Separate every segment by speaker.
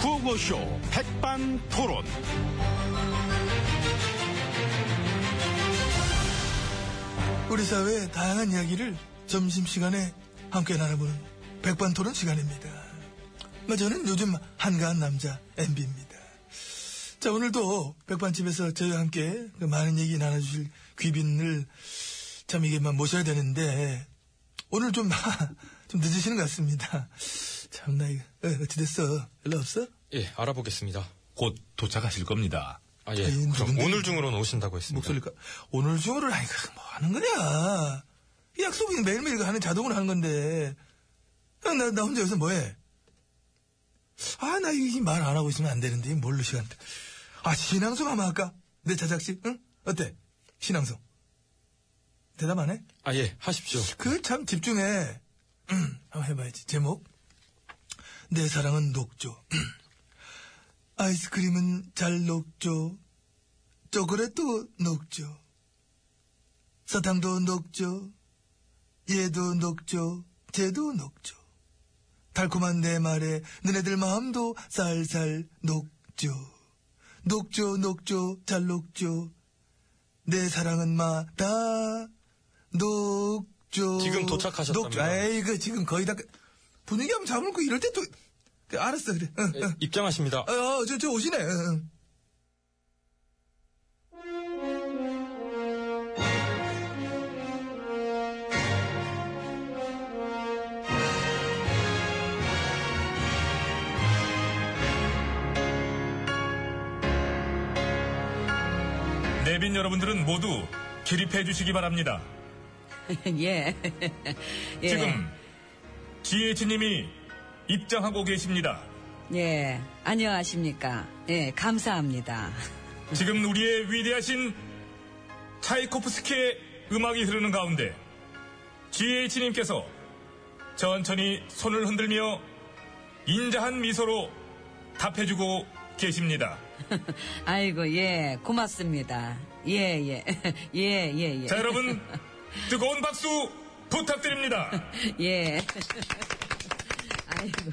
Speaker 1: 구호쇼 백반 토론.
Speaker 2: 우리 사회의 다양한 이야기를 점심시간에 함께 나눠보는 백반토론 시간입니다. 뭐 저는 요즘 한가한 남자 MB입니다. 자 오늘도 백반집에서 저희와 함께 그 많은 얘기 나눠주실 귀빈을 참 이게 막 모셔야 되는데 오늘 좀, 좀 늦으시는 것 같습니다. 참나 이거 어, 어찌됐어? 연락 없어?
Speaker 3: 예, 알아보겠습니다.
Speaker 1: 곧 도착하실 겁니다.
Speaker 3: 아, 예.
Speaker 2: 아니,
Speaker 3: 그럼
Speaker 2: 누군데?
Speaker 3: 오늘 중으로는 오신다고 했습니다.
Speaker 2: 목소리가 오늘 중으로 아니 그뭐 하는 거냐 약속이 매일매일 하는 자동으로 하는 건데 야, 나, 나 혼자 여기서 뭐해 아 나 이 말 안 하고 있으면 안 되는데 이 뭘로 시간 아 신앙송 한번 할까 내 자작시 응 어때 신앙송 대답 안 해?
Speaker 3: 아, 예, 하십시오.
Speaker 2: 그 참 집중해 음, 한번 해봐야지 제목 내 사랑은 녹조 아이스크림은 잘 녹죠. 초콜릿도 녹죠. 사탕도 녹죠. 얘도 녹죠. 쟤도 녹죠. 달콤한 내 말에 너네들 마음도 살살 녹죠. 녹죠, 녹죠, 잘 녹죠. 내 사랑은 마 다 녹죠.
Speaker 3: 지금 도착하셨답니다.
Speaker 2: 녹죠. 에이, 그 지금 거의 다 끝. 분위기 한번 잡을고 이럴 때 또. 그, 알았어, 그래. 응,
Speaker 3: 예,
Speaker 2: 응.
Speaker 3: 입장하십니다.
Speaker 2: 어, 어, 저, 저 오시네. 어, 어.
Speaker 1: 내빈 여러분들은 모두 기립해 주시기 바랍니다.
Speaker 4: 예. 예.
Speaker 1: 지금 GH님이 입장하고 계십니다.
Speaker 4: 예. 안녕하십니까. 예. 감사합니다.
Speaker 1: 지금 우리의 위대하신 차이코프스키의 음악이 흐르는 가운데 GH님께서 천천히 손을 흔들며 인자한 미소로 답해주고 계십니다.
Speaker 4: 아이고, 예. 고맙습니다. 예, 예. 예, 예, 예.
Speaker 1: 자, 여러분, 뜨거운 박수 부탁드립니다.
Speaker 4: 예. 아이고.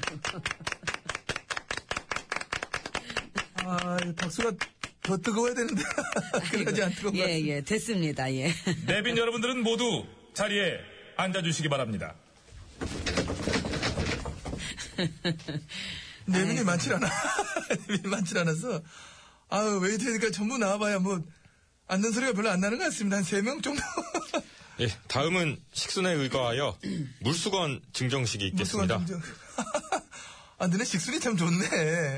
Speaker 2: 아, 이 박수가 더 뜨거워야 되는데. 그러지 않더라고
Speaker 4: 예, 예. 됐습니다. 예.
Speaker 1: 내빈 여러분들은 모두 자리에 앉아주시기 바랍니다.
Speaker 2: 내면이 네, 많질 않아. 내면이 많질 않아서. 아유, 웨이트니까 전부 나와봐야 뭐, 앉는 소리가 별로 안 나는 것 같습니다. 한 세 명 정도.
Speaker 3: 예, 다음은 식순에 의거하여 물수건 증정식이 있겠습니다.
Speaker 2: 무슨 감정. 아, 너네 식순이 참 좋네.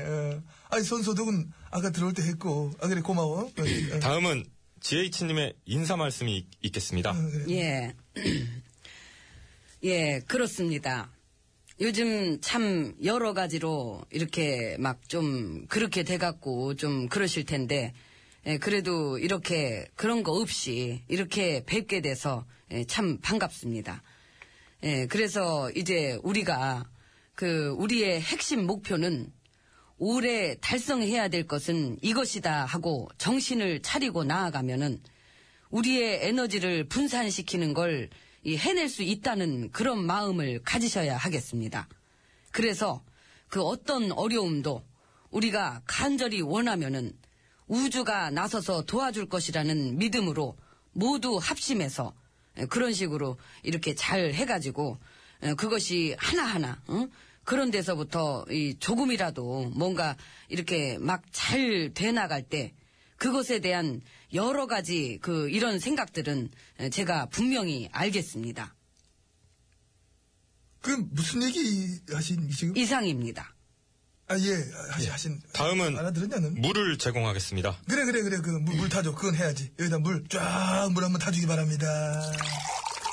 Speaker 2: 어. 아니, 손소독은 아까 들어올 때 했고. 아, 그래, 고마워. 어, 어.
Speaker 3: 다음은 GH님의 인사 말씀이 있- 있겠습니다.
Speaker 2: 어,
Speaker 4: 예. 예, 그렇습니다. 요즘 참 여러 가지로 이렇게 막 좀 그렇게 돼갖고 좀 그러실 텐데, 예, 그래도 이렇게 그런 거 없이 이렇게 뵙게 돼서 예, 참 반갑습니다. 예, 그래서 이제 우리가 그 우리의 핵심 목표는 올해 달성해야 될 것은 이것이다 하고 정신을 차리고 나아가면은 우리의 에너지를 분산시키는 걸 이, 해낼 수 있다는 그런 마음을 가지셔야 하겠습니다. 그래서 그 어떤 어려움도 우리가 간절히 원하면은 우주가 나서서 도와줄 것이라는 믿음으로 모두 합심해서 에, 그런 식으로 이렇게 잘 해가지고 에, 그것이 하나하나 응? 그런 데서부터 이 조금이라도 뭔가 이렇게 막 잘 돼나갈 때 그것에 대한 여러 가지 그 이런 생각들은 에, 제가 분명히 알겠습니다.
Speaker 2: 그, 무슨 얘기 하신, 지금?
Speaker 4: 이상입니다.
Speaker 2: 아, 예, 하신, 하신.
Speaker 3: 다음은
Speaker 2: 알아들었냐, 넌?
Speaker 3: 물을 제공하겠습니다.
Speaker 2: 그래, 그래, 그래. 그, 물, 물 타줘. 그건 해야지. 여기다 물, 쫙, 물 한번 타주기 바랍니다.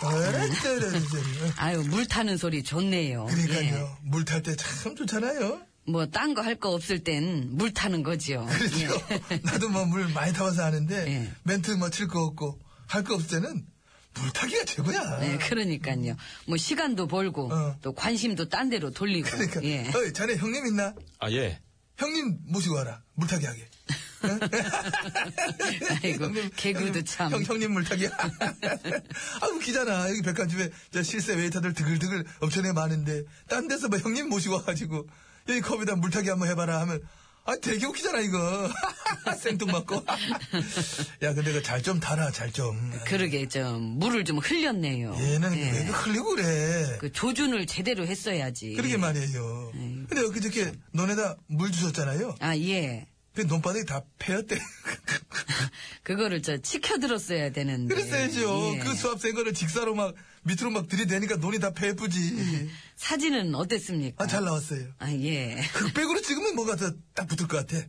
Speaker 3: 예.
Speaker 2: 어이, 저리, 저리.
Speaker 4: 아유 물 타는 소리 좋네요.
Speaker 2: 어,
Speaker 4: 예.
Speaker 2: 그러니까요. 물 탈 때 참 좋잖아요.
Speaker 4: 뭐딴 거 할 거 없을 땐 물 타는 거지요.
Speaker 2: 그렇죠. 나도 뭐 물 많이 타봐서 아는데
Speaker 4: 예.
Speaker 2: 멘트 뭐 칠 거 없고 할 거 없을 때는 물 타기가 최고야.
Speaker 4: 네, 그러니까요. 뭐 시간도 벌고
Speaker 2: 어.
Speaker 4: 또 관심도 딴 데로 돌리고.
Speaker 2: 그러니까
Speaker 4: 예.
Speaker 2: 어이 자네 형님 있나?
Speaker 3: 아, 예.
Speaker 2: 형님 모시고 와라. 물 타기 하게.
Speaker 4: 아이고, 개그도
Speaker 2: 형님,
Speaker 4: 참.
Speaker 2: 형, 형님 물타기. 아, 웃기잖아. 여기 백화점에 저 실세 웨이터들 드글드글 엄청나게 많은데, 딴 데서 뭐 형님 모시고 와가지고, 여기 컵에다 물타기 한번 해봐라 하면, 아, 되게 웃기잖아, 이거. 생뚱맞고. 야, 근데 그 잘 좀 달아, 잘 좀.
Speaker 4: 그러게 좀 물을 좀 흘렸네요.
Speaker 2: 얘는
Speaker 4: 예.
Speaker 2: 왜 흘리고 그래.
Speaker 4: 그 조준을 제대로 했어야지.
Speaker 2: 그러게 말이에요. 근데 엊그저께 논에다 물 주셨잖아요.
Speaker 4: 아 예.
Speaker 2: 그 논바닥이 다 패였대.
Speaker 4: 그거를 저 치켜들었어야 되는데.
Speaker 2: 그랬어야죠.
Speaker 4: 예.
Speaker 2: 그 수압센 거를 직사로 막 밑으로 막 들이대니까 논이 다 패예쁘지.
Speaker 4: 사진은 어땠습니까?
Speaker 2: 아, 잘 나왔어요. 그
Speaker 4: 아, 예.
Speaker 2: 흑백으로 찍으면 뭐가 더 딱 붙을 것 같아.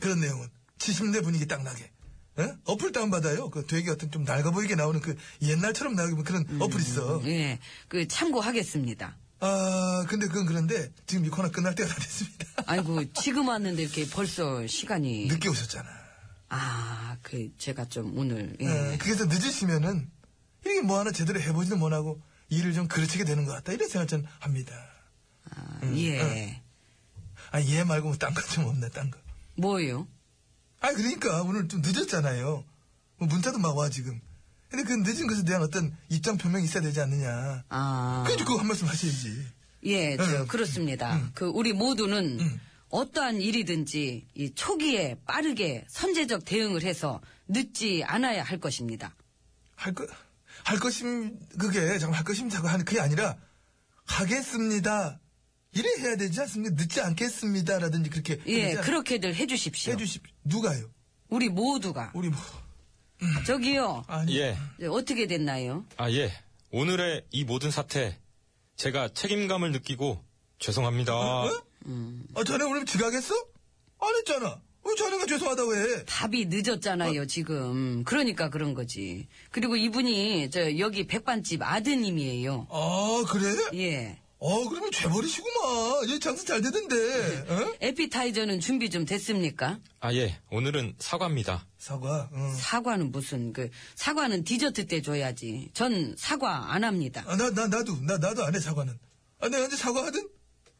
Speaker 2: 그런 내용은. 70대 분위기 딱 나게. 어? 어플 다운받아요. 그 되게 어떤 좀 낡아 보이게 나오는 그 옛날처럼 나오는 그런 어플 있어.
Speaker 4: 음, 예. 그 참고하겠습니다.
Speaker 2: 아, 근데 그건 그런데 지금 이 코너 끝날 때가 다 됐습니다.
Speaker 4: 아이고 지금 왔는데 이렇게 벌써 시간이.
Speaker 2: 늦게 오셨잖아.
Speaker 4: 아, 그 제가 좀 오늘 예.
Speaker 2: 어, 그래서 늦으시면은 이게 뭐 하나 제대로 해보지도 못하고 일을 좀 그르치게 되는 것 같다. 이런 생각 저는 합니다.
Speaker 4: 아,
Speaker 2: 음,
Speaker 4: 예.
Speaker 2: 아, 얘 말고 뭐 딴 거 좀 없나, 딴 거.
Speaker 4: 뭐요?
Speaker 2: 아 그러니까 오늘 좀 늦었잖아요. 뭐 문자도 막 와 지금. 근데 그 늦은 것에 대한 어떤 입장 표명이 있어야 되지 않느냐.
Speaker 4: 아.
Speaker 2: 그래도 그거 한 말씀 하셔야지.
Speaker 4: 예, 저
Speaker 2: 음.
Speaker 4: 그렇습니다. 그 우리 모두는 어떠한 일이든지 이 초기에 빠르게 선제적 대응을 해서 늦지 않아야 할 것입니다.
Speaker 2: 할 거, 할 것임, 그게, 잠깐 할 것임자고 하는 그게 아니라, 하겠습니다. 이래 해야 되지 않습니까? 늦지 않겠습니다. 라든지 그렇게.
Speaker 4: 예,
Speaker 2: 그러지 않-
Speaker 4: 그렇게들 해주십시오.
Speaker 2: 해주십시오. 누가요?
Speaker 4: 우리 모두가
Speaker 2: 우리 뭐,
Speaker 4: 저기요
Speaker 2: 아니.
Speaker 3: 예.
Speaker 4: 이제 어떻게 됐나요?
Speaker 3: 아, 예. 오늘의 이 모든 사태, 제가 책임감을 느끼고 죄송합니다.
Speaker 2: 어? 아, 자네 오늘 지각했어? 안 했잖아. 왜 자네가 죄송하다고 해?
Speaker 4: 답이 늦었잖아요
Speaker 2: 어.
Speaker 4: 지금 그러니까 그런 거지. 그리고 이분이 저 여기 백반집 아드님이에요.
Speaker 2: 아, 그래?
Speaker 4: 예.
Speaker 2: 어, 그러면 죄벌이시구만. 얘 장사 잘 되던데. 어?
Speaker 4: 에피타이저는 준비 좀 됐습니까?
Speaker 3: 아, 예. 오늘은 사과입니다.
Speaker 2: 사과. 응.
Speaker 4: 사과는 무슨 그 사과는 디저트 때 줘야지. 전 사과 안 합니다.
Speaker 2: 아, 나, 나, 나도, 나, 나도 안 해, 사과는. 아, 내가 언제 사과하든?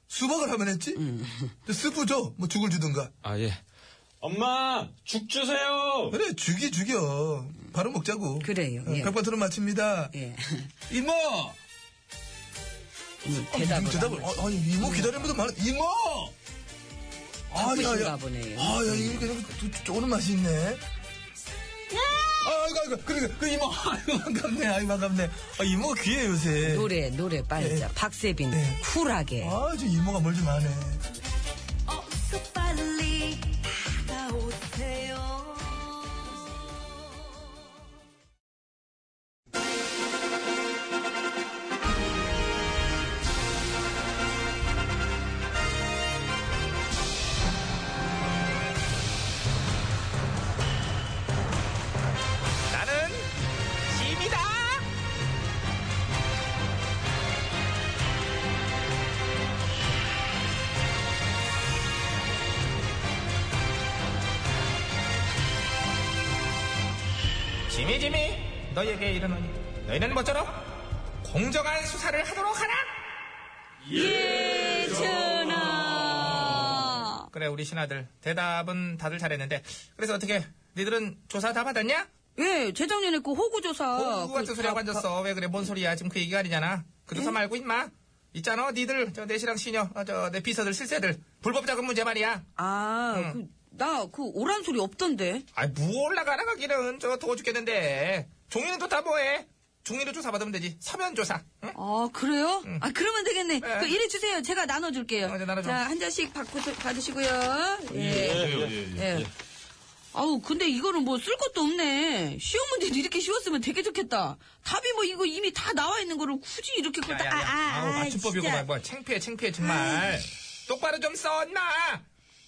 Speaker 2: 수박을 하면 했지?
Speaker 4: 음.
Speaker 2: 스프 줘. 뭐 죽을 주든가.
Speaker 3: 아, 예. 엄마! 죽 주세요!
Speaker 2: 그래, 죽이 죽여. 바로 먹자고.
Speaker 4: 그래요,
Speaker 2: 어,
Speaker 4: 예.
Speaker 2: 백반토론 마칩니다.
Speaker 4: 예.
Speaker 2: 이모!
Speaker 4: 음,
Speaker 2: 아,
Speaker 4: 대답을.
Speaker 2: 무슨 대답을.
Speaker 4: 안 하죠.
Speaker 2: 아, 아니, 이모 기다리면서 말 이모! 아,
Speaker 4: 바쁘신가 보네요.
Speaker 2: 아, 야, 이거 그냥 또 쪼- 쪼는 맛이 있네. 아이고, 아이고, 그러니까, 그 이모, 아이고, 반갑네, 아이고, 반갑네. 아, 이모 귀해, 요새.
Speaker 4: 음, 노래 노래 빨리 자. 박세빈
Speaker 2: 예.
Speaker 4: 쿨하게.
Speaker 2: 아, 저 이모가 뭘 좀 아네.
Speaker 5: 어서 빨리 다가오세요.
Speaker 6: 나는 짐이다. 짐이 짐이 너희에게 이르노니 너희는 뭐처럼 공정한 수사를 하도록 하라.
Speaker 5: 예전아.
Speaker 6: 그래 우리 신하들 대답은 다들 잘했는데 그래서 어떻게 니들은 조사 다 받았냐?
Speaker 4: 예, 재작년에 그 호구 조사.
Speaker 6: 호구
Speaker 4: 그
Speaker 6: 어, 같은 소리 하고
Speaker 4: 다- 다-
Speaker 6: 앉았어. 왜 그래? 뭔 소리야? 지금 그 얘기가 아니잖아. 그 조사 말고 임마. 있잖아. 니들 저 내시랑 시녀, 어, 저내 비서들 실세들 불법 자금 문제 말이야.
Speaker 2: 음.
Speaker 4: 아,
Speaker 6: 응.
Speaker 4: 나 그 오란 소리 없던데.
Speaker 6: 아이 뭐 올라가라 가기는 저 더워 죽겠는데. 종이는 또 다 뭐해? 종이로 조사 받으면 되지. 서면 조사. 응?
Speaker 4: 아, 그래요? 아, 그러면 되겠네. 그 이리 주세요. 제가 나눠 줄게요.
Speaker 6: 어, 이제 나눠줘.
Speaker 4: 자, 한 잔씩 받고 받으시고요. 예. 예. 아우 근데 이거는 뭐 쓸 것도 없네. 쉬운 문제도 이렇게 쉬웠으면 되게 좋겠다. 답이 뭐 이거 이미 다 나와 있는 거를 굳이 이렇게
Speaker 6: 야,
Speaker 4: 걷다.
Speaker 6: 야, 야.
Speaker 4: 아, 아,
Speaker 6: 아우,
Speaker 4: 아,
Speaker 6: 맞춤법이고
Speaker 4: 진짜.
Speaker 6: 말 뭐야. 창피해, 창피해 정말. 똑바로 좀 써, 임마.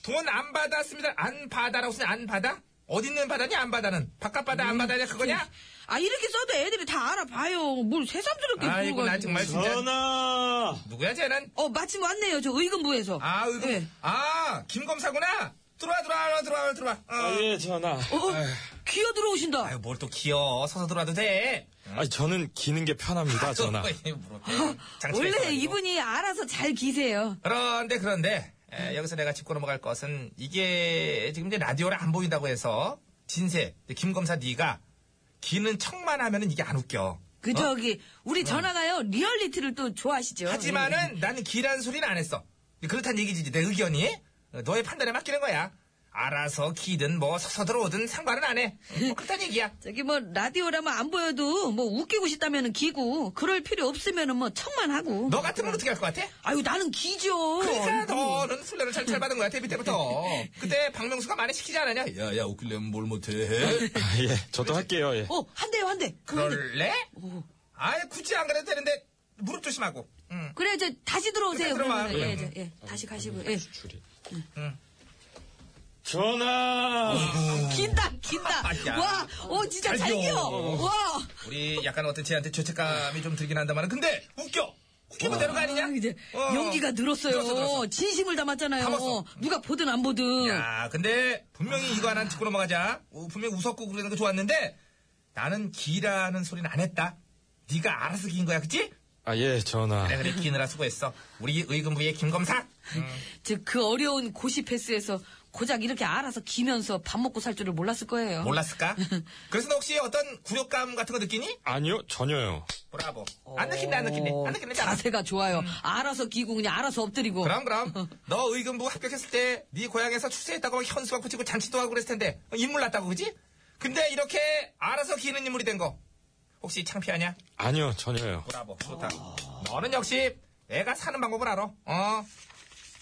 Speaker 6: 돈 안 받았습니다. 안 받아라고 쓰냐? 안 받아? 어디 있는 바다냐? 안 받아는. 바깥 바다 안 받아냐? 그거냐?
Speaker 4: 아 이렇게 써도 애들이 다 알아봐요. 뭘 새삼스럽게
Speaker 6: 아이고 나
Speaker 4: 물어가지고.
Speaker 6: 정말 진짜.
Speaker 3: 전하!
Speaker 6: 누구야 쟤는?
Speaker 4: 어 마침 왔네요. 저 의금부에서.
Speaker 6: 아, 의금.
Speaker 4: 예.
Speaker 6: 아, 김검사구나. 들어와, 들어와, 들어와, 들어와. 어.
Speaker 3: 아, 예, 전하.
Speaker 4: 어, 어, 기어 들어오신다.
Speaker 6: 아유, 뭘 또 귀여워. 서서 들어와도 돼.
Speaker 3: 아, 저는 기는 게 편합니다, 아, 전하.
Speaker 6: 아, 예.
Speaker 4: 아, 원래 이분이 알아서 잘 기세요.
Speaker 6: 그런데, 그런데, 에,
Speaker 4: 음.
Speaker 6: 여기서 내가 짚고 넘어갈 것은, 이게, 지금 이제 라디오를 안 보인다고 해서, 진세, 이제 김검사 네가 기는 척만 하면은 이게 안 웃겨.
Speaker 4: 그
Speaker 6: 어?
Speaker 4: 저기 우리 전화가요 리얼리티를 또 좋아하시죠. 예, 음.
Speaker 6: 하지만은, 나는 기란 소리는 안 했어. 그렇단 얘기지, 내 의견이. 어? 너의 판단에 맡기는 거야. 알아서 기든 뭐 서서 들어오든 상관은 안 해. 뭐 그렇단 얘기야.
Speaker 4: 저기 뭐 라디오라면 안 보여도 뭐 웃기고 싶다면은 기고 그럴 필요 없으면은 뭐 청만 하고.
Speaker 6: 너 같으면 어떻게 할 것 같아?
Speaker 4: 아유 나는 기죠. 음.
Speaker 6: 그러니까 너는 훈련을 잘, 잘 받은 거야 데뷔 때부터. 그때 박명수가 많이 시키지 않았냐? 야야 웃기려면 뭘 못해?
Speaker 3: 아, 예, 저도 할게요. 예.
Speaker 4: 어, 한 대요, 한 대.
Speaker 6: 그럴래? 아예 굳이 안 그래도 되는데 무릎 조심하고. 응.
Speaker 4: 그래, 이제 다시 들어오세요.
Speaker 6: 그래, 들어와요.
Speaker 4: 그러면은. 예, 이제, 예. 다시 가시고. 예.
Speaker 3: 줄이. 전화.
Speaker 4: 긴다, 긴다.
Speaker 6: 야.
Speaker 4: 와, 어, 진짜 잘
Speaker 6: 아이고.
Speaker 4: 끼워. 와.
Speaker 6: 우리 약간 어떤 쟤한테 죄책감이 좀 들긴 한다만 근데 웃겨. 웃기면 되는 거 아니냐?
Speaker 4: 아, 이제
Speaker 6: 어.
Speaker 4: 용기가 늘었어요.
Speaker 6: 늘었어, 늘었어.
Speaker 4: 진심을 담았잖아요.
Speaker 6: 담았어.
Speaker 4: 누가 보든 안 보든.
Speaker 6: 야, 근데 분명히 이거 하나 짚고 넘어가자. 어, 분명히 웃었고 그러는 거 좋았는데 나는 기라는 소리는 안 했다. 네가 알아서 긴 거야, 그치?
Speaker 3: 아, 예, 전화.
Speaker 6: 그래, 그래, 기느라 수고했어. 우리 의금부의 김검사.
Speaker 4: 즉, 그 어려운 고시 패스에서 고작 이렇게 알아서 기면서 밥 먹고 살 줄을 몰랐을 거예요.
Speaker 6: 몰랐을까? 그래서 너 혹시 어떤 굴욕감 같은 거 느끼니?
Speaker 3: 아니요, 전혀요.
Speaker 6: 브라보. 안 느낀다, 안 느낀네. 안 느낀네, 잘
Speaker 4: 어.
Speaker 6: 음.
Speaker 4: 자세가 좋아요. 알아서 기고 그냥 알아서 엎드리고.
Speaker 6: 그럼,
Speaker 4: 어.
Speaker 6: 그럼. 너 의금부 합격했을 때 네 고향에서 출세했다고 막 현수막 붙이고 잔치도 하고 그랬을 텐데 어, 인물 났다고, 그지? 근데 이렇게 알아서 기는 인물이 된 거. 혹시 창피하냐?
Speaker 3: 아니요, 전혀요.
Speaker 6: 브라보. 좋다.
Speaker 4: 아.
Speaker 6: 너는 역시 내가 사는 방법을 알아. 어.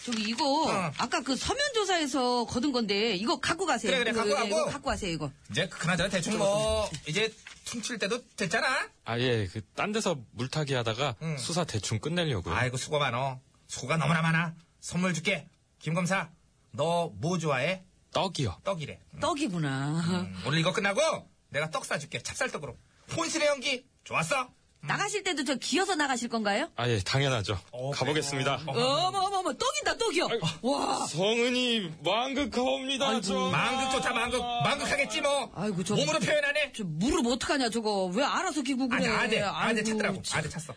Speaker 4: 저기 이거
Speaker 6: 어.
Speaker 4: 아까 그 서면 조사에서 거둔 건데 이거 갖고 가세요.
Speaker 6: 그래, 그래,
Speaker 4: 이거, 예, 이거,
Speaker 6: 갖고
Speaker 4: 이거
Speaker 6: 가고.
Speaker 4: 갖고 가세요 이거.
Speaker 6: 이제 그나저나 대충 뭐 이제 퉁칠 때도 됐잖아.
Speaker 3: 아, 예, 그, 딴 데서 물타기 하다가
Speaker 6: 응.
Speaker 3: 수사 대충 끝내려고요.
Speaker 6: 아이고 수고 많어. 수고가 너무나 많아. 선물 줄게. 김 검사. 너 뭐 좋아해?
Speaker 3: 떡이요.
Speaker 6: 떡이래. 음.
Speaker 4: 떡이구나.
Speaker 6: 오늘 이거 끝나고 내가 떡 사줄게. 찹쌀떡으로. 혼신의 연기 좋았어.
Speaker 4: 나가실 때도 저 기어서 나가실 건가요?
Speaker 3: 아, 예, 당연하죠. 가보겠습니다.
Speaker 4: 어머 어머 어머 떡이다 떡이요. 와.
Speaker 3: 성은이 망극하옵니다, 전화.
Speaker 6: 망극 좋다 망극. 망극하겠지 뭐.
Speaker 4: 아이고, 저-
Speaker 6: 몸으로 표현 안 해.
Speaker 4: 저 무릎 어떡하냐 저거 왜 알아서 기고
Speaker 6: 아니
Speaker 4: 그래?
Speaker 6: 아재 아재
Speaker 4: 아이고,
Speaker 6: 찾더라고.
Speaker 4: 참.
Speaker 6: 아재 찾어.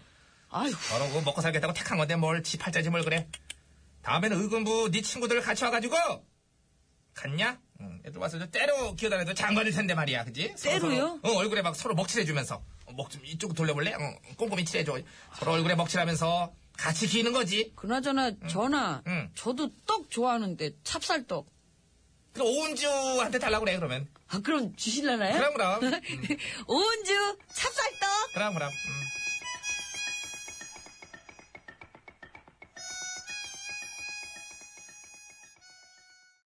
Speaker 4: 아이고
Speaker 6: 너는 그 먹고 살겠다고 택한 건데 뭘 지팔자지 뭘 그래. 다음에는 의금부 네 친구들 같이 와가지고 갔냐? 응, 애들 와서 저 때로 기어다녀도 장관일 텐데 말이야, 그지? 서로
Speaker 4: 때로요?
Speaker 6: 서로, 어, 얼굴에 막 서로 먹칠해주면서 어, 목 좀 이쪽 돌려볼래? 어, 꼼꼼히 칠해줘. 서로 얼굴에 먹칠하면서 같이 기는 거지.
Speaker 4: 그나저나
Speaker 6: 음.
Speaker 4: 전화.
Speaker 6: 응.
Speaker 4: 저도 떡 좋아하는데 찹쌀떡.
Speaker 6: 그럼 오은주한테 달라고 그래 그러면.
Speaker 4: 아 그럼 주실라나요?
Speaker 6: 그럼 그럼. 음,
Speaker 4: 온주 찹쌀떡.
Speaker 6: 그럼 그럼. 음.